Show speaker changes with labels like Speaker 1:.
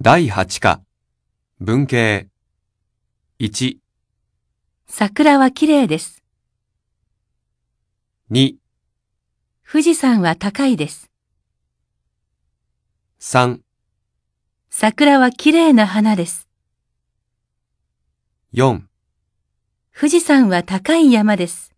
Speaker 1: 第8課、文系。1、
Speaker 2: 桜は綺麗です。
Speaker 1: 2、
Speaker 2: 富士山は高いです。
Speaker 1: 3、
Speaker 2: 桜は綺麗な花です。
Speaker 1: 4。
Speaker 2: 富士山は高い山です。